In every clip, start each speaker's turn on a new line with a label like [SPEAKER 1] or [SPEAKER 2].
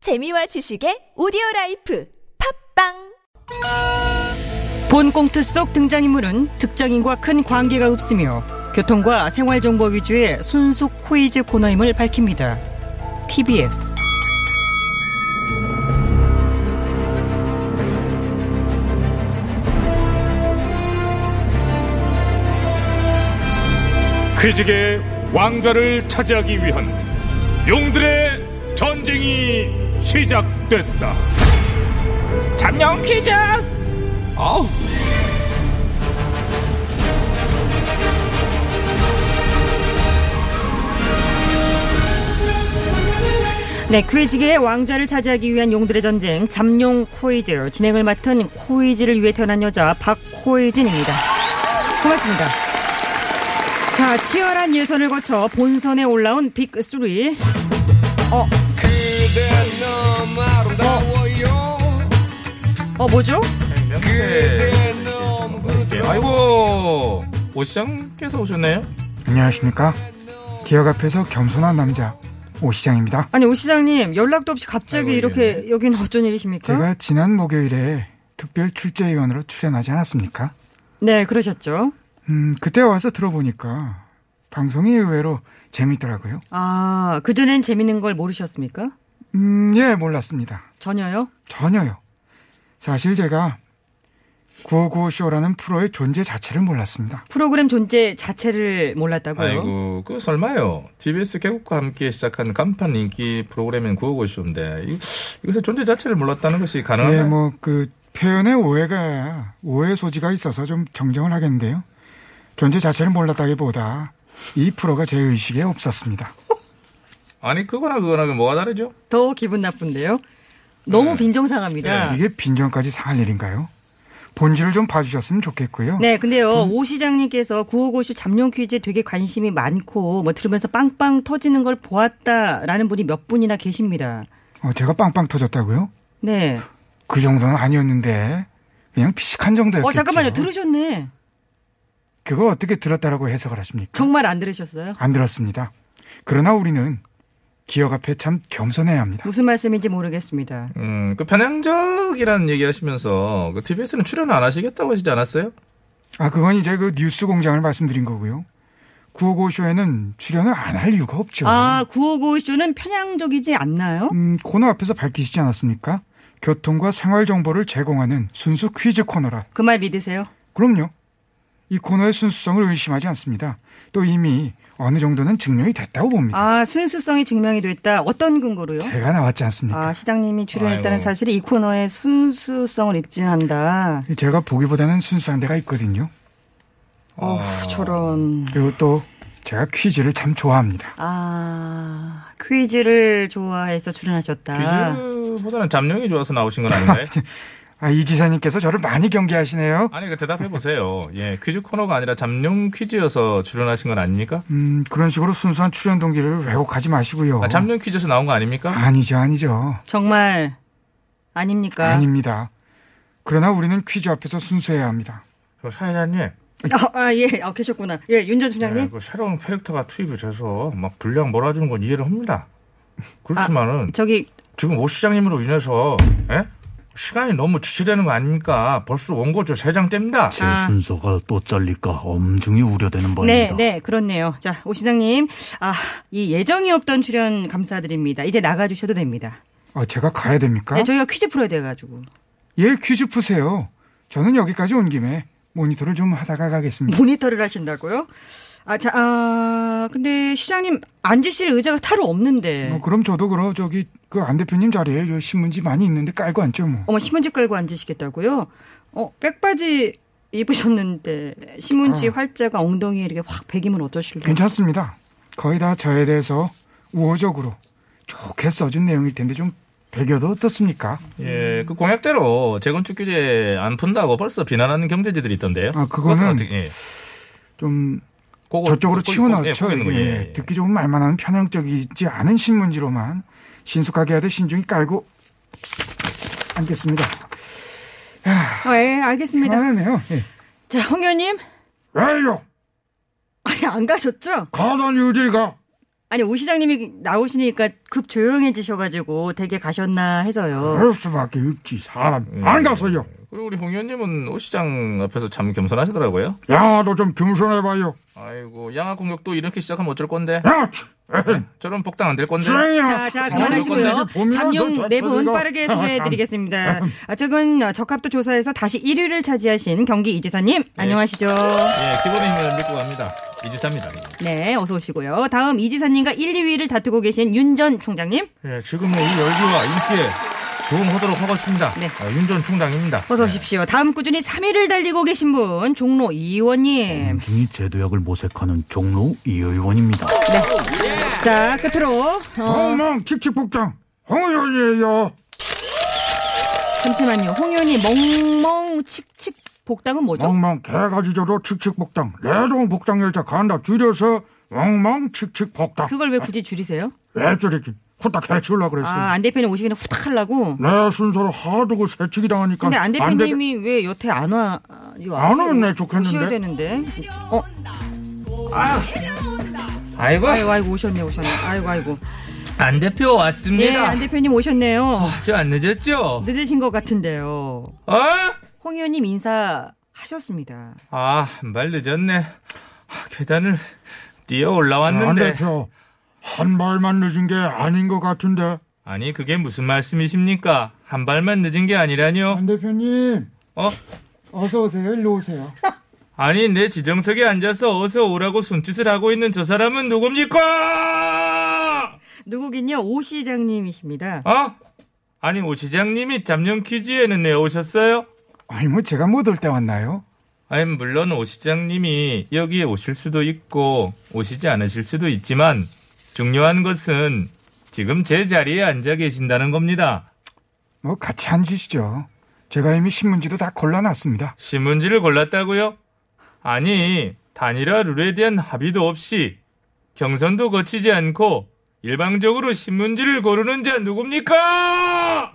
[SPEAKER 1] 재미와 지식의 오디오 라이프 팝빵
[SPEAKER 2] 본 꽁트 속 등장인물은 특정인과 큰 관계가 없으며 교통과 생활정보 위주의 순수 코이즈 코너임을 밝힙니다. TBS
[SPEAKER 3] 퀴즈계 왕좌를 차지하기 위한 용들의 전쟁이 시작됐다. 잠룡 퀴즈. 아우.
[SPEAKER 2] 네, 퀴즈계의 왕좌를 차지하기 위한 용들의 전쟁 잠룡 코이즈 진행을 맡은 코이즈를 위해 태어난 여자 박코이즈입니다. 고맙습니다. 자, 치열한 예선을 거쳐 본선에 올라온 빅3 어,
[SPEAKER 4] 그대 너무 아름다워요
[SPEAKER 2] 어 뭐죠?
[SPEAKER 4] 그대 너무
[SPEAKER 5] 네, 아이고 오시장께서 오셨네요.
[SPEAKER 6] 안녕하십니까. 기억 앞에서 겸손한 남자 오 시장입니다.
[SPEAKER 2] 아니 오 시장님 연락도 없이 갑자기
[SPEAKER 5] 아이고, 예.
[SPEAKER 2] 이렇게 여기는 어쩐 일이십니까?
[SPEAKER 6] 제가 지난 목요일에 특별 출제위원으로 출연하지 않았습니까?
[SPEAKER 2] 네 그러셨죠.
[SPEAKER 6] 음, 그때 와서 들어보니까 방송이 의외로 재밌더라고요.
[SPEAKER 2] 아 그전엔 재밌는 걸 모르셨습니까?
[SPEAKER 6] 음, 예, 몰랐습니다.
[SPEAKER 2] 전혀요.
[SPEAKER 6] 전혀요. 사실 제가 9595쇼라는 프로의 존재 자체를 몰랐습니다.
[SPEAKER 2] 프로그램 존재 자체를 몰랐다고요.
[SPEAKER 5] 아이고 그 설마요. TBS 개국과 함께 시작한 간판 인기 프로그램인 구호고쇼인데 이- 이것의 존재 자체를 몰랐다는 것이
[SPEAKER 6] 예,
[SPEAKER 5] 가능한가요?
[SPEAKER 6] 뭐, 그, 표현에 오해가, 오해 소지가 있어서 좀 정정을 하겠는데요. 존재 자체를 몰랐다기보다 이 프로가 제 의식에 없었습니다.
[SPEAKER 5] 아니 그거나 그거나 뭐가 다르죠?
[SPEAKER 2] 더 기분 나쁜데요. 너무 빈정상합니다.
[SPEAKER 6] 네. 이게 빈정까지 상할 일인가요? 본질을 좀 봐주셨으면 좋겠고요.
[SPEAKER 2] 네, 근데요, 오 시장님께서 구호고쇼 잠룡 퀴즈에 되게 관심이 많고, 뭐 들으면서 빵빵 터지는 걸 보았다라는 분이 몇 분이나 계십니다.
[SPEAKER 6] 어, 제가 빵빵 터졌다고요?
[SPEAKER 2] 네.
[SPEAKER 6] 그 정도는 아니었는데 그냥 피식한 정도였죠.
[SPEAKER 2] 어, 잠깐만요. 들으셨네.
[SPEAKER 6] 그걸 어떻게 들었다라고 해석을 하십니까?
[SPEAKER 2] 정말 안 들으셨어요?
[SPEAKER 6] 안 들었습니다. 그러나 우리는 기억 앞에 참 겸손해야 합니다.
[SPEAKER 2] 무슨 말씀인지 모르겠습니다.
[SPEAKER 5] 음, 그 편향적이라는 얘기하시면서 그 TBS는 출연 안 하시겠다고 하시지 않았어요?
[SPEAKER 6] 아 그건 이제 그 뉴스 공장을 말씀드린 거고요. 구호고쇼에는 출연을 안 할 이유가 없죠.
[SPEAKER 2] 아, 구호고쇼는 편향적이지 않나요?
[SPEAKER 6] 음, 코너 앞에서 밝히시지 않았습니까? 교통과 생활 정보를 제공하는 순수 퀴즈 코너라
[SPEAKER 2] 그 말 믿으세요?
[SPEAKER 6] 그럼요. 이 코너의 순수성을 의심하지 않습니다. 또 이미 어느 정도는 증명이 됐다고 봅니다.
[SPEAKER 2] 아, 순수성이 증명이 됐다. 어떤 근거로요?
[SPEAKER 6] 제가 나왔지 않습니까?
[SPEAKER 2] 아, 시장님이 출연했다는
[SPEAKER 5] 아이고.
[SPEAKER 2] 사실이 이 코너의 순수성을 입증한다.
[SPEAKER 6] 제가 보기보다는 순수한 데가 있거든요.
[SPEAKER 2] 어후, 저런.
[SPEAKER 6] 그리고 또 제가 퀴즈를 참 좋아합니다.
[SPEAKER 2] 아, 퀴즈를 좋아해서 출연하셨다.
[SPEAKER 5] 퀴즈보다는 잠룡이 좋아서 나오신 건 아닌가요?
[SPEAKER 6] 아, 이 지사님께서 저를 많이 경계하시네요.
[SPEAKER 5] 아니 그 대답해 보세요. 예, 퀴즈 코너가 아니라 잠룡 퀴즈여서 출연하신 건 아닙니까?
[SPEAKER 6] 음, 그런 식으로 순수한 출연 동기를 왜곡하지 마시고요.
[SPEAKER 5] 아, 잠룡 퀴즈에서 나온 거 아닙니까?
[SPEAKER 6] 아니죠, 아니죠.
[SPEAKER 2] 정말 아닙니까?
[SPEAKER 6] 아닙니다. 그러나 우리는 퀴즈 앞에서 순수해야 합니다.
[SPEAKER 5] 그럼 사회자님
[SPEAKER 2] 아, 아, 예, 아, 계셨구나. 예, 윤 전
[SPEAKER 5] 네,
[SPEAKER 2] 총장님.
[SPEAKER 5] 그 새로운 캐릭터가 투입이 돼서 막 분량 몰아주는 건 이해를 합니다. 그렇지만은
[SPEAKER 2] 저기
[SPEAKER 5] 지금 오 시장님으로 인해서 예? 시간이 너무 지체되는 거 아닙니까? 벌써 원고조 세 장 뗍니다.
[SPEAKER 7] 제
[SPEAKER 2] 아.
[SPEAKER 7] 순서가 또 잘릴까 엄중히 우려되는
[SPEAKER 2] 네,
[SPEAKER 7] 바입니다.
[SPEAKER 2] 네, 그렇네요. 자, 오 시장님. 아, 이 예정이 없던 출연 감사드립니다. 이제 나가 주셔도 됩니다.
[SPEAKER 6] 어, 제가 가야 됩니까?
[SPEAKER 2] 네, 저희가 퀴즈 풀어야 돼 가지고.
[SPEAKER 6] 예, 퀴즈 푸세요. 저는 여기까지 온 김에 모니터를 좀 하다가 가겠습니다.
[SPEAKER 2] 모니터를 하신다고요? 아, 자, 아, 근데 시장님 앉으실 의자가 따로 없는데.
[SPEAKER 6] 어, 그럼 저도 그럼 저기 그 안 대표님 자리에 저 신문지 많이 있는데 깔고 앉죠 뭐.
[SPEAKER 2] 어머, 신문지 깔고 앉으시겠다고요? 어, 백바지 입으셨는데 신문지 활자가 엉덩이에 이렇게 확 베기면 어떠실래요?
[SPEAKER 6] 아. 괜찮습니다. 거의 다 저에 대해서 우호적으로 좋게 써준 내용일 텐데 좀 배겨도 어떻습니까?
[SPEAKER 5] 예, 그 공약대로 재건축 규제 안 푼다고 벌써 비난하는 경제지들이 있던데요.
[SPEAKER 6] 아, 그거는
[SPEAKER 5] 그것은 예,
[SPEAKER 6] 좀
[SPEAKER 5] 그거-
[SPEAKER 6] 저쪽으로
[SPEAKER 5] 그거- 예,
[SPEAKER 6] 치워넣죠.
[SPEAKER 5] 그거 있는 거예요.
[SPEAKER 6] 예,
[SPEAKER 5] 예.
[SPEAKER 6] 듣기 좋은 말만 하는 편향적이지 않은 신문지로만 신속하게 하듯 신중히 깔고 앉겠습니다.
[SPEAKER 2] 아, 예, 알겠습니다.
[SPEAKER 6] 편하네요. 예.
[SPEAKER 2] 자, 홍 의원님.
[SPEAKER 6] 왜요?
[SPEAKER 2] 아니, 안 가셨죠?
[SPEAKER 6] 가던 유리가
[SPEAKER 2] 아니, 아니 오 시장님이 나오시니까 급 조용해지셔가지고 댁에 가셨나 해서요.
[SPEAKER 6] 그럴 수밖에 없지 사람 안 가서요.
[SPEAKER 5] 그리고 우리 홍 의원님은 오 시장 앞에서 참 겸손하시더라고요.
[SPEAKER 6] 야, 너 좀 겸손해봐요.
[SPEAKER 5] 아이고 양아 공격도 이렇게 시작하면 어쩔 건데?
[SPEAKER 6] 야, 치, 에이,
[SPEAKER 5] 저런 복당 안 될 건데?
[SPEAKER 6] 쓰레기야.
[SPEAKER 2] 자, 자,
[SPEAKER 5] 그만하시고요.
[SPEAKER 2] 그만하시고요. 잠룡 네 분 빠르게
[SPEAKER 6] 겠
[SPEAKER 2] 소개해드리겠습니다. 아, 최근 어, 적합도 조사에서 다시 1위를 차지하신 경기 이지사님, 안녕하시죠.
[SPEAKER 5] 예, 기본의 힘을 믿고 갑니다. 이지사입니다.
[SPEAKER 2] 네, 어서 오시고요. 다음 이지사님과 1, 2위를 다투고 계신 윤 전 총장님,
[SPEAKER 5] 예, 지금의 이 열기와 인기에 도움하도록 하겠습니다.
[SPEAKER 2] 네.
[SPEAKER 5] 아, 윤 전 총장입니다.
[SPEAKER 2] 어서 오십시오. 다음 꾸준히 3위를 달리고 계신 분, 종로 이 의원님.
[SPEAKER 7] 엄중히 제도약을 모색하는 종로 이 의원입니다.
[SPEAKER 2] 아. 자, 끝으로, 어,
[SPEAKER 6] 엉망 아, 칙칙복장 홍의원이에요.
[SPEAKER 2] 잠시만요. 홍 의원이 멍멍 칙칙 복당은 뭐죠?
[SPEAKER 6] 엉망 개가지저로 칙칙복장 레종 복장 열차 간다 줄여서 엉망 칙칙복장
[SPEAKER 2] 그걸 왜 굳이 줄이세요?
[SPEAKER 6] 왜 저렇게 후딱 해치우려 그랬어.
[SPEAKER 2] 아, 안 대표님 오시기 전에 후딱 하려고?
[SPEAKER 6] 내 순서로 하도 그 새치기 당하니까
[SPEAKER 2] 근데 안
[SPEAKER 6] 안 돼-
[SPEAKER 2] 대표님이 왜 여태 안 와?
[SPEAKER 6] 안 오면 좋겠는데.
[SPEAKER 2] 오셔야 되는데. 어,
[SPEAKER 5] 아이고
[SPEAKER 2] 아이고 아이고 오셨네 오셨네. 아이고 아이고.
[SPEAKER 5] 안 대표
[SPEAKER 2] 예,
[SPEAKER 5] 왔습니다.
[SPEAKER 2] 안 대표님 오셨네요.
[SPEAKER 6] 아.
[SPEAKER 5] 저 안 늦었죠?
[SPEAKER 2] 늦으신 것 같은데요.
[SPEAKER 5] 어?
[SPEAKER 2] 홍 의원님 인사 하셨습니다.
[SPEAKER 5] 아, 말 늦었네. 아, 계단을 뛰어
[SPEAKER 6] 안
[SPEAKER 5] 올라왔는데.
[SPEAKER 6] 대표 한 발만 늦은 게 아닌 것 같은데
[SPEAKER 5] 아니, 그게 무슨 말씀이십니까? 한 발만 늦은 게 아니라뇨.
[SPEAKER 6] 안 대표님
[SPEAKER 5] 어?
[SPEAKER 6] 어서 오세요 일로 오세요
[SPEAKER 5] 아니, 내 지정석에 앉아서 어서 오라고 손짓을 하고 있는 저 사람은 누굽니까?
[SPEAKER 2] 누구긴요 오 시장님이십니다.
[SPEAKER 6] 아.
[SPEAKER 5] 어? 아니, 오 시장님이 잡념 퀴즈에는 왜 오셨어요?
[SPEAKER 6] 아니 뭐 제가 못 올 때 왔나요?
[SPEAKER 5] 아니, 물론 오 시장님이 여기에 오실 수도 있고, 오시지 않으실 수도 있지만, 중요한 것은 지금 제 자리에 앉아 계신다는 겁니다.
[SPEAKER 6] 뭐 같이 앉으시죠 제가 이미 신문지도 다 골라놨습니다
[SPEAKER 5] 신문지를 골랐다고요? 아니, 단일화 룰에 대한 합의도 없이 경선도 거치지 않고 일방적으로 신문지를 고르는 자 누굽니까?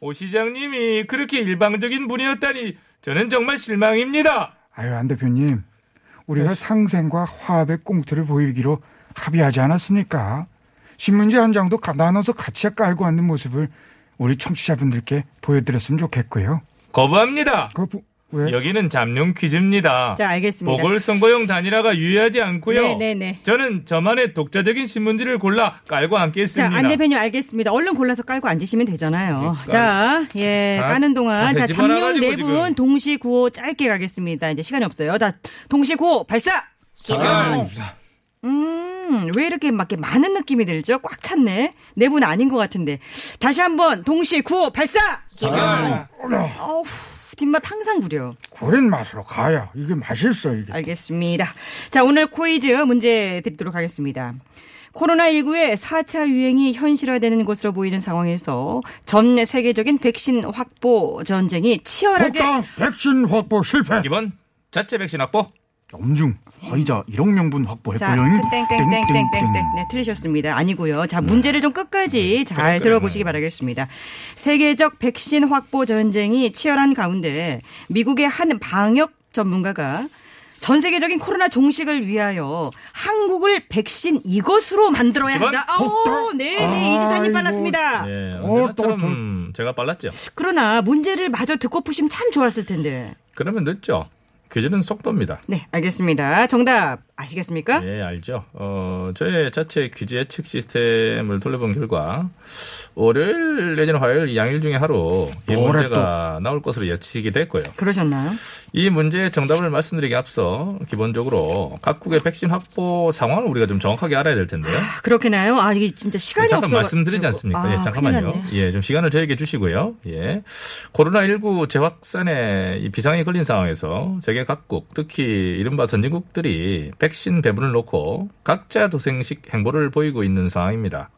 [SPEAKER 5] 오 시장님이 그렇게 일방적인 분이었다니 저는 정말 실망입니다.
[SPEAKER 6] 아유 안 대표님 우리가 상생과 화합의 꽁트를 보이기로 합의하지 않았습니까? 신문지 한 장도 가- 나눠서 같이 깔고 앉는 모습을 우리 청취자분들께 보여드렸으면 좋겠고요
[SPEAKER 5] 거부합니다.
[SPEAKER 6] 그거 부- 왜?
[SPEAKER 5] 여기는 잠룡 퀴즈입니다.
[SPEAKER 2] 자 알겠습니다.
[SPEAKER 5] 보궐선거용 단일화가 유효하지 않고요.
[SPEAKER 2] 네네네.
[SPEAKER 5] 저는 저만의 독자적인 신문지를 골라 깔고 앉겠습니다. 네,
[SPEAKER 2] 자, 안 대표님 알겠습니다. 얼른 골라서 깔고 앉으시면 되잖아요. 자, 예,
[SPEAKER 5] 다-
[SPEAKER 2] 까는 동안.
[SPEAKER 5] 다
[SPEAKER 2] 자,
[SPEAKER 5] 되지 말아가지고
[SPEAKER 2] 잠룡 네
[SPEAKER 5] 지금.
[SPEAKER 2] 분 동시 구호 짧게 가겠습니다. 이제 시간이 없어요. 다 동시 구호 발사! 음, 왜 이렇게 막 이렇게 많은 느낌이 들죠? 꽉 찼네. 네 분 아닌 것 같은데. 다시 한번 동시 구호 발사! 어우, 뒷맛 항상 구려.
[SPEAKER 6] 구린 맛으로 가야 이게 맛있어 이게
[SPEAKER 2] 알겠습니다. 자, 오늘 코이즈 문제 드리도록 하겠습니다. 코로나19의 4차 유행이 현실화되는 것으로 보이는 상황에서 전 세계적인 백신 확보 전쟁이 치열하게
[SPEAKER 6] 폭탄 백신 확보 실패
[SPEAKER 5] 이번 자체 백신 확보.
[SPEAKER 7] 엄중 화이자 1억 명분
[SPEAKER 2] 자, 그
[SPEAKER 7] 확보했고요.
[SPEAKER 2] 네, 땡땡땡땡땡땡. 네, 틀리셨습니다. 아니고요. 자, 문제를 좀 끝까지 잘 들어보시기 바라겠습니다. 세계적 백신 확보 전쟁이 치열한 가운데 미국의 한 방역 전문가가 전 세계적인 코로나 종식을 위하여 한국을 백신 이것으로 만들어야
[SPEAKER 5] 이건
[SPEAKER 2] 한다. 아우,
[SPEAKER 6] 폭탄.
[SPEAKER 2] 네, 네, 이지사님
[SPEAKER 6] 아이고.
[SPEAKER 2] 빨랐습니다.
[SPEAKER 5] 예,
[SPEAKER 6] 어, 또
[SPEAKER 5] 언제나처럼 제가 빨랐죠.
[SPEAKER 2] 그러나 문제를 마저 듣고 푸시면 참 좋았을 텐데.
[SPEAKER 5] 그러면 늦죠. 퀴즈는 속도입니다.
[SPEAKER 2] 네, 알겠습니다. 정답 아시겠습니까?
[SPEAKER 5] 예, 알죠. 어, 저의 자체 퀴즈 예측 시스템을 돌려본 결과 월요일 내지는 화요일 양일 중에 하루 이
[SPEAKER 7] 뭐래
[SPEAKER 5] 문제가 나올 것으로 예측이 됐고요.
[SPEAKER 2] 그러셨나요?
[SPEAKER 5] 이 문제의 정답을 말씀드리기 앞서 기본적으로 각국의 백신 확보 상황을 우리가 좀 정확하게 알아야 될 텐데요.
[SPEAKER 2] 그렇게나요? 아, 이게 진짜 시간이 아,
[SPEAKER 5] 잠깐
[SPEAKER 2] 없어.
[SPEAKER 5] 말씀드리지 않습니까? 예, 잠깐만요. 예, 좀 시간을 저에게 주시고요. 예. 코로나19 재확산의 이 비상이 걸린 상황에서 세계 각국, 특히 이른바 선진국들이 백신 배분을 놓고 각자 도생식 행보를 보이고 있는 상황입니다.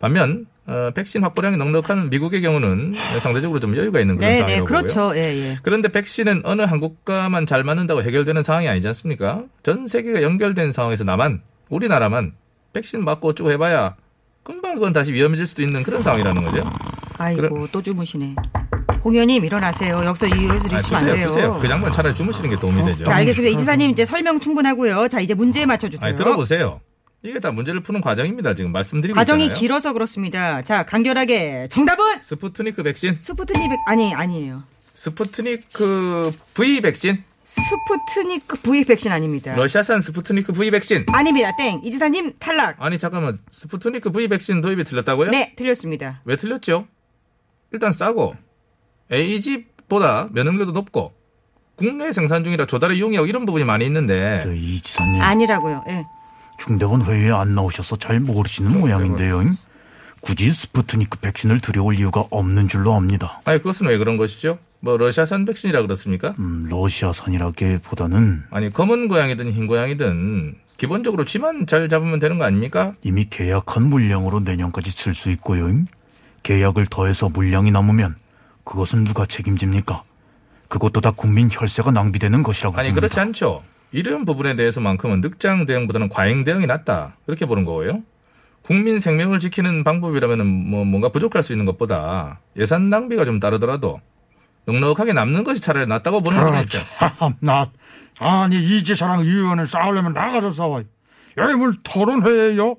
[SPEAKER 5] 반면, 어, 백신 확보량이 넉넉한 미국의 경우는 상대적으로 좀 여유가 있는 그런
[SPEAKER 2] 네, 네,
[SPEAKER 5] 상황이라고 보고요.
[SPEAKER 2] 그렇죠. 예, 예.
[SPEAKER 5] 그런데 백신은 어느 한 국가만 잘 맞는다고 해결되는 상황이 아니지 않습니까? 전 세계가 연결된 상황에서 나만, 우리나라만 백신 맞고 쭉 해봐야 금방 그건 다시 위험해질 수도 있는 그런 상황이라는 거죠.
[SPEAKER 2] 아이고,
[SPEAKER 5] 그럼-
[SPEAKER 2] 또 주무시네. 홍현님 일어나세요. 여기서 이 옷을 입으시면
[SPEAKER 5] 아,
[SPEAKER 2] 안
[SPEAKER 5] 두세요,
[SPEAKER 2] 돼요. 어,
[SPEAKER 5] 두세요. 그 장면 차라리 주무시는 게 도움이 되죠.
[SPEAKER 2] 자, 알겠습니다. 이지사님 이제 설명 충분하고요. 자, 이제 문제 맞춰 주세요.
[SPEAKER 5] 아니, 들어보세요. 이게 다 문제를 푸는 과정입니다. 지금 말씀드리고
[SPEAKER 2] 과정이
[SPEAKER 5] 있잖아요.
[SPEAKER 2] 길어서 그렇습니다. 자, 간결하게 정답은
[SPEAKER 5] 스푸트니크 백신,
[SPEAKER 2] 스푸트니크 아니 아니에요.
[SPEAKER 5] 스푸트니크 V 백신,
[SPEAKER 2] 스푸트니크 V 백신 아닙니다.
[SPEAKER 5] 러시아산 스푸트니크 V 백신.
[SPEAKER 2] 아닙니다. 땡. 이지사님 탈락.
[SPEAKER 5] 아니 잠깐만 스푸트니크 V 백신 도입이 틀렸다고요?
[SPEAKER 2] 네, 틀렸습니다.
[SPEAKER 5] 왜 틀렸죠? 일단 싸고 AG보다 면역률도 높고 국내 생산 중이라 조달의 용이하고 이런 부분이 많이 있는데
[SPEAKER 7] 저 이지사님
[SPEAKER 2] 아니라고요. 예.
[SPEAKER 7] 중대본 회의에 안 나오셔서 잘 모르시는 모양인데요. 굳이 스푸트니크 백신을 들여올 이유가 없는 줄로 압니다.
[SPEAKER 5] 아니 그것은 왜 그런 것이죠? 뭐 러시아산 백신이라 그렇습니까?
[SPEAKER 7] 음, 러시아산이라기보다는
[SPEAKER 5] 아니 검은 고양이든 흰 고양이든 기본적으로 쥐만 잘 잡으면 되는 거 아닙니까?
[SPEAKER 7] 이미 계약한 물량으로 내년까지 쓸 수 있고요. 계약을 더해서 물량이 남으면 그것은 누가 책임집니까? 그것도 다 국민 혈세가 낭비되는 것이라고
[SPEAKER 5] 아니
[SPEAKER 7] 봅니다.
[SPEAKER 5] 그렇지 않죠. 이런 부분에 대해서만큼은 늑장 대응보다는 과잉 대응이 낫다 이렇게 보는 거예요. 국민 생명을 지키는 방법이라면은 뭐 뭔가 부족할 수 있는 것보다 예산 낭비가 좀 따르더라도 넉넉하게 남는 것이 차라리 낫다고 보는 거죠.
[SPEAKER 6] 아, 참나 아니 이지사랑 의원을 싸우려면 나가서 싸워요. 여기 뭘 토론회예요?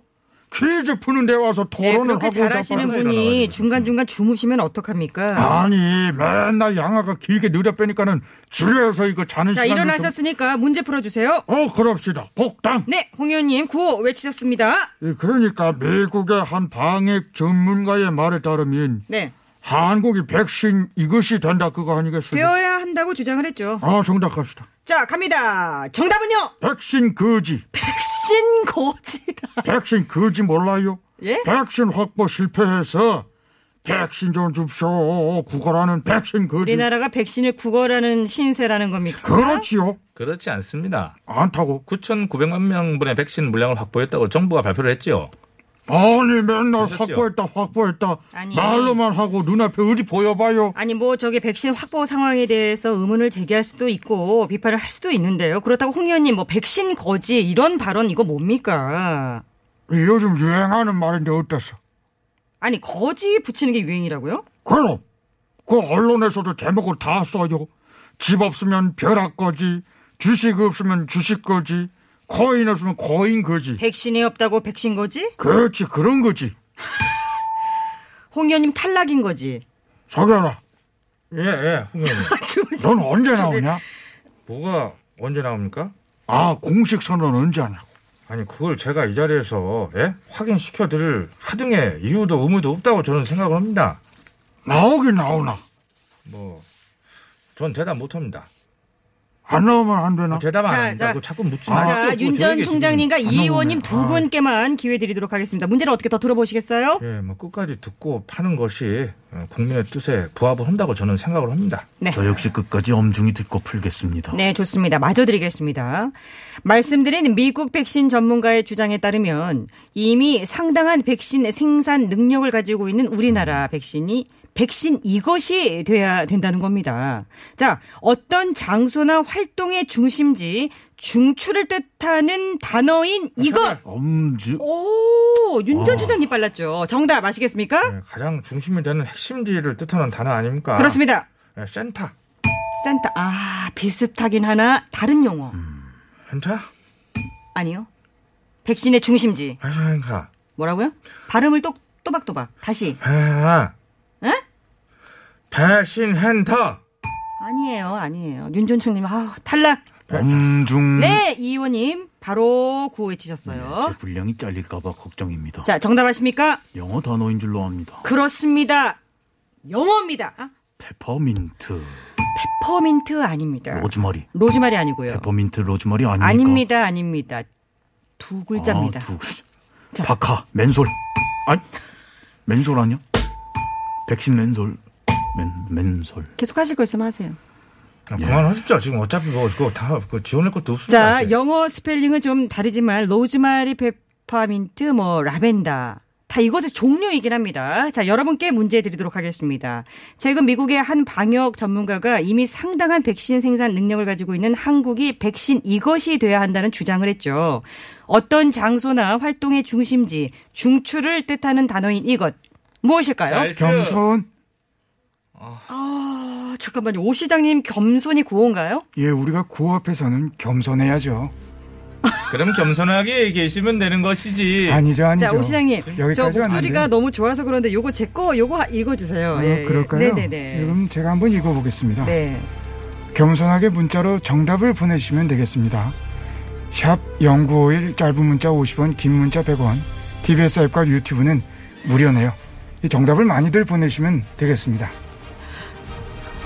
[SPEAKER 6] 퀴즈 푸는데 와서
[SPEAKER 2] 예,
[SPEAKER 6] 토론을
[SPEAKER 2] 그렇게
[SPEAKER 6] 하고
[SPEAKER 5] 뭐
[SPEAKER 2] 잘하시는
[SPEAKER 6] 자빠라.
[SPEAKER 2] 분이 중간중간 주무시면 어떡합니까?
[SPEAKER 6] 아니 맨날 양아가 길게 느려 빼니까는 줄여서 이거 자는
[SPEAKER 2] 자,
[SPEAKER 6] 시간을
[SPEAKER 2] 일어나셨으니까 문제 풀어주세요.
[SPEAKER 6] 좀... 어 그럽시다 복당
[SPEAKER 2] 네, 홍 의원님 구호 외치셨습니다.
[SPEAKER 6] 예, 그러니까 미국의 한 방역 전문가의 말에 따르면
[SPEAKER 2] 네,
[SPEAKER 6] 한국이 백신 이것이 된다 그거 아니겠습니까?
[SPEAKER 2] 되어야 한다고 주장을 했죠.
[SPEAKER 6] 아 정답 갑시다.
[SPEAKER 2] 자, 갑니다. 정답은요.
[SPEAKER 6] 백신 거지.
[SPEAKER 2] 백신 고지라.
[SPEAKER 6] 백신 거지 몰라요?
[SPEAKER 2] 예?
[SPEAKER 6] 백신 확보 실패해서 백신 좀 줍쇼. 구걸하는 백신 거지.
[SPEAKER 2] 우리나라가 백신을 구걸하는 신세라는 겁니까?
[SPEAKER 6] 그렇지요.
[SPEAKER 5] 그렇지 않습니다.
[SPEAKER 6] 안 타고.
[SPEAKER 5] 9,900만 명분의 백신 물량을 확보했다고 정부가 발표를 했죠.
[SPEAKER 6] 아니 맨날
[SPEAKER 5] 그러셨죠?
[SPEAKER 6] 확보했다 확보했다.
[SPEAKER 2] 아니.
[SPEAKER 6] 말로만 하고 눈앞에 어디 보여봐요.
[SPEAKER 2] 아니 뭐 저게 백신 확보 상황에 대해서 의문을 제기할 수도 있고 비판을 할 수도 있는데요. 그렇다고 홍 의원님 뭐 백신 거지 이런 발언 이거 뭡니까?
[SPEAKER 6] 요즘 유행하는 말인데 어땠어?
[SPEAKER 2] 아니 거지 붙이는 게 유행이라고요?
[SPEAKER 6] 그럼 그 언론에서도 제목을 다 써요. 집 없으면 벼락 거지. 주식 없으면 주식 거지. 코인 없으면 코인 거지.
[SPEAKER 2] 백신이 없다고 백신 거지?
[SPEAKER 6] 그렇지 그런 거지.
[SPEAKER 2] 홍 의원님 탈락인 거지.
[SPEAKER 6] 석연아
[SPEAKER 5] 예, 예, 홍 의원님.
[SPEAKER 6] 넌 언제 나오냐?
[SPEAKER 5] 뭐가 언제 나옵니까?
[SPEAKER 6] 아, 공식 선언 언제 하냐고.
[SPEAKER 5] 아니 그걸 제가 이 자리에서 예? 확인시켜드릴 하등의 이유도 의무도 없다고 저는 생각을 합니다.
[SPEAKER 6] 나오긴 나오나.
[SPEAKER 5] 뭐 전 대답 못합니다.
[SPEAKER 6] 안 나오면 안 되나?
[SPEAKER 5] 대답 안
[SPEAKER 2] 어, 자,
[SPEAKER 5] 한다고
[SPEAKER 2] 자.
[SPEAKER 5] 자꾸 묻지 마세요.
[SPEAKER 2] 자, 윤 전 총장님과 이 의원님 두 분께만 기회 드리도록 하겠습니다. 문제를 어떻게 더 들어보시겠어요?
[SPEAKER 5] 아. 예, 뭐 끝까지 듣고 파는 것이 어, 국민의 뜻에 부합을 한다고 저는 생각을 합니다.
[SPEAKER 2] 네.
[SPEAKER 7] 저 역시 끝까지 엄중히 듣고 풀겠습니다.
[SPEAKER 2] 네, 좋습니다. 마저 드리겠습니다. 말씀드린 미국 백신 전문가의 주장에 따르면 이미 상당한 백신 생산 능력을 가지고 있는 우리나라 백신이 백신 이것이 돼야 된다는 겁니다. 자, 어떤 장소나 활동의 중심지, 중추를 뜻하는 단어인
[SPEAKER 5] 아,
[SPEAKER 2] 이것!
[SPEAKER 7] 엄주
[SPEAKER 2] 오, 윤 전 총장님 빨랐죠. 정답 아시겠습니까?
[SPEAKER 5] 예, 가장 중심이 되는 핵심지를 뜻하는 단어 아닙니까?
[SPEAKER 2] 그렇습니다.
[SPEAKER 5] 예, 센터,
[SPEAKER 2] 센터, 아, 비슷하긴 하나, 다른 용어.
[SPEAKER 7] 음.
[SPEAKER 5] 센터,
[SPEAKER 2] 아니요. 백신의 중심지.
[SPEAKER 5] 아, 센터,
[SPEAKER 2] 뭐라고요? 발음을 또 또박또박 다시
[SPEAKER 5] 아,
[SPEAKER 2] 에?
[SPEAKER 5] 배신 센터. 아,
[SPEAKER 2] 아니에요 아니에요 윤 전 총님 아 탈락
[SPEAKER 7] 음. 엄중
[SPEAKER 2] 네 이의원님 바로 구호 외치셨어요
[SPEAKER 7] 제 분량이 잘릴까봐 걱정입니다.
[SPEAKER 2] 자 정답하십니까
[SPEAKER 7] 영어 단어인 줄로 압니다.
[SPEAKER 2] 그렇습니다 영어입니다 아,
[SPEAKER 7] 페퍼민트,
[SPEAKER 2] 페퍼민트 아닙니다
[SPEAKER 7] 로즈마리.
[SPEAKER 2] 로즈마리 아니고요
[SPEAKER 7] 페퍼민트 로즈마리 아닙니까?
[SPEAKER 2] 아닙니다 아닙니다 두 글자입니다
[SPEAKER 7] 아, 두...
[SPEAKER 2] 자.
[SPEAKER 7] 박하 맨솔. 아니 맨솔 아니야? 백신 맨솔. 맨 맨솔.
[SPEAKER 2] 계속 하실 거 있으면 하세요
[SPEAKER 5] 아, 그만하십시오. 지금 어차피 뭐 그거, 그거 다 그거 지원할 것도 없습니다.
[SPEAKER 2] 자
[SPEAKER 5] 이제.
[SPEAKER 2] 영어 스펠링은 좀 다르지만 로즈마리 페퍼민트 뭐 라벤더 다 이것의 종류이긴 합니다. 자, 여러분께 문제 드리도록 하겠습니다. 최근 미국의 한 방역 전문가가 이미 상당한 백신 생산 능력을 가지고 있는 한국이 백신 이것이 돼야 한다는 주장을 했죠. 어떤 장소나 활동의 중심지, 중추를 뜻하는 단어인 이것. 무엇일까요?
[SPEAKER 6] 겸손.
[SPEAKER 2] 아, 잠깐만요. 오 시장님 겸손이 구호인가요?
[SPEAKER 6] 예, 우리가 구호 앞에서는 겸손해야죠.
[SPEAKER 5] 그럼 겸손하게 계시면 되는 것이지.
[SPEAKER 6] 아니죠, 아니죠.
[SPEAKER 2] 자, 오 시장님. 저
[SPEAKER 6] 여기까지
[SPEAKER 2] 목소리가 너무 좋아서 그런데 요거 제 거 요거 하- 읽어주세요.
[SPEAKER 6] 아,
[SPEAKER 2] 예.
[SPEAKER 6] 그럴까요?
[SPEAKER 2] 네네네.
[SPEAKER 6] 그럼 제가 한번 읽어보겠습니다.
[SPEAKER 2] 네.
[SPEAKER 6] 겸손하게 문자로 정답을 보내주시면 되겠습니다. 샵 0951 짧은 문자 50원 긴 문자 100원 TBS 앱과 유튜브는 무료네요. 이 정답을 많이들 보내시면 되겠습니다.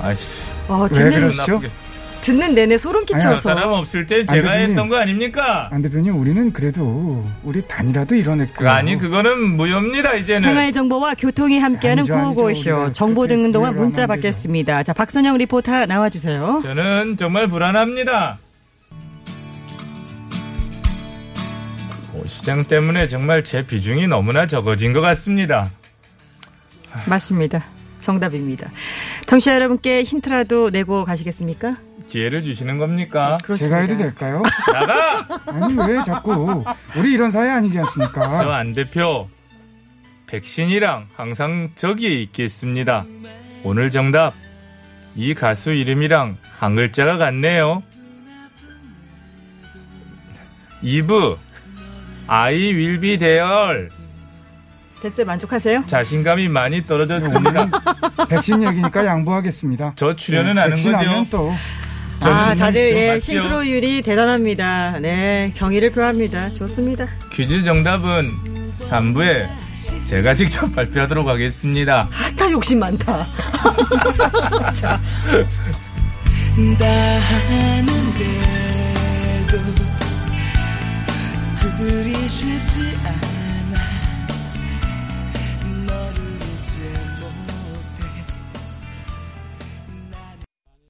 [SPEAKER 5] 아이씨.
[SPEAKER 2] 어,
[SPEAKER 6] 왜
[SPEAKER 2] 듣는,
[SPEAKER 6] 그러시죠?
[SPEAKER 5] 나쁘게-
[SPEAKER 2] 듣는 내내 소름
[SPEAKER 5] 저
[SPEAKER 2] 끼쳐서.
[SPEAKER 5] 사람 없을 때 제가
[SPEAKER 6] 대표님.
[SPEAKER 5] 했던 거 아닙니까?
[SPEAKER 6] 안 대표님 우리는 그래도 우리 단이라도 이뤄냈고
[SPEAKER 5] 그 아니 그거는 무효입니다 이제는.
[SPEAKER 2] 생활 정보와 교통이 함께하는
[SPEAKER 6] 아니죠, 아니죠.
[SPEAKER 2] 구호고쇼
[SPEAKER 6] 우리가
[SPEAKER 2] 정보
[SPEAKER 6] 그렇게
[SPEAKER 2] 듣는 동안
[SPEAKER 6] 비교를
[SPEAKER 2] 문자
[SPEAKER 6] 하면 안 되죠.
[SPEAKER 2] 받겠습니다. 자 박선영 리포터 나와주세요.
[SPEAKER 5] 저는 정말 불안합니다. 오그 시장 때문에 정말 제 비중이 너무나 적어진 것 같습니다.
[SPEAKER 2] 맞습니다. 정답입니다. 정취자 여러분께 힌트라도 내고 가시겠습니까?
[SPEAKER 5] 기회를 주시는 겁니까?
[SPEAKER 2] 그렇습니다.
[SPEAKER 6] 제가 해도 될까요?
[SPEAKER 5] 나가!
[SPEAKER 6] 아니 왜 자꾸 우리 이런 사이 아니지
[SPEAKER 5] 저
[SPEAKER 6] 않습니까?
[SPEAKER 5] 안 대표 백신이랑 항상 저기에 있겠습니다. 오늘 정답 이 가수 이름이랑 한 글자가 같네요. 이브 아이 윌비 대열
[SPEAKER 2] 됐어요? 만족하세요?
[SPEAKER 5] 자신감이 많이 떨어졌습니다.
[SPEAKER 6] 백신 얘기니까 양보하겠습니다. 네,
[SPEAKER 5] 저 출연은 아는
[SPEAKER 6] 백신
[SPEAKER 5] 거죠?
[SPEAKER 6] 하면 또
[SPEAKER 2] 아 다들 예,
[SPEAKER 5] 맞죠?
[SPEAKER 2] 싱크로율이 대단합니다. 네 경의를 표합니다. 좋습니다.
[SPEAKER 5] 퀴즈 정답은 3부에 제가 직접 발표하도록 하겠습니다.
[SPEAKER 2] 아따 욕심 많다.
[SPEAKER 8] 다 하는데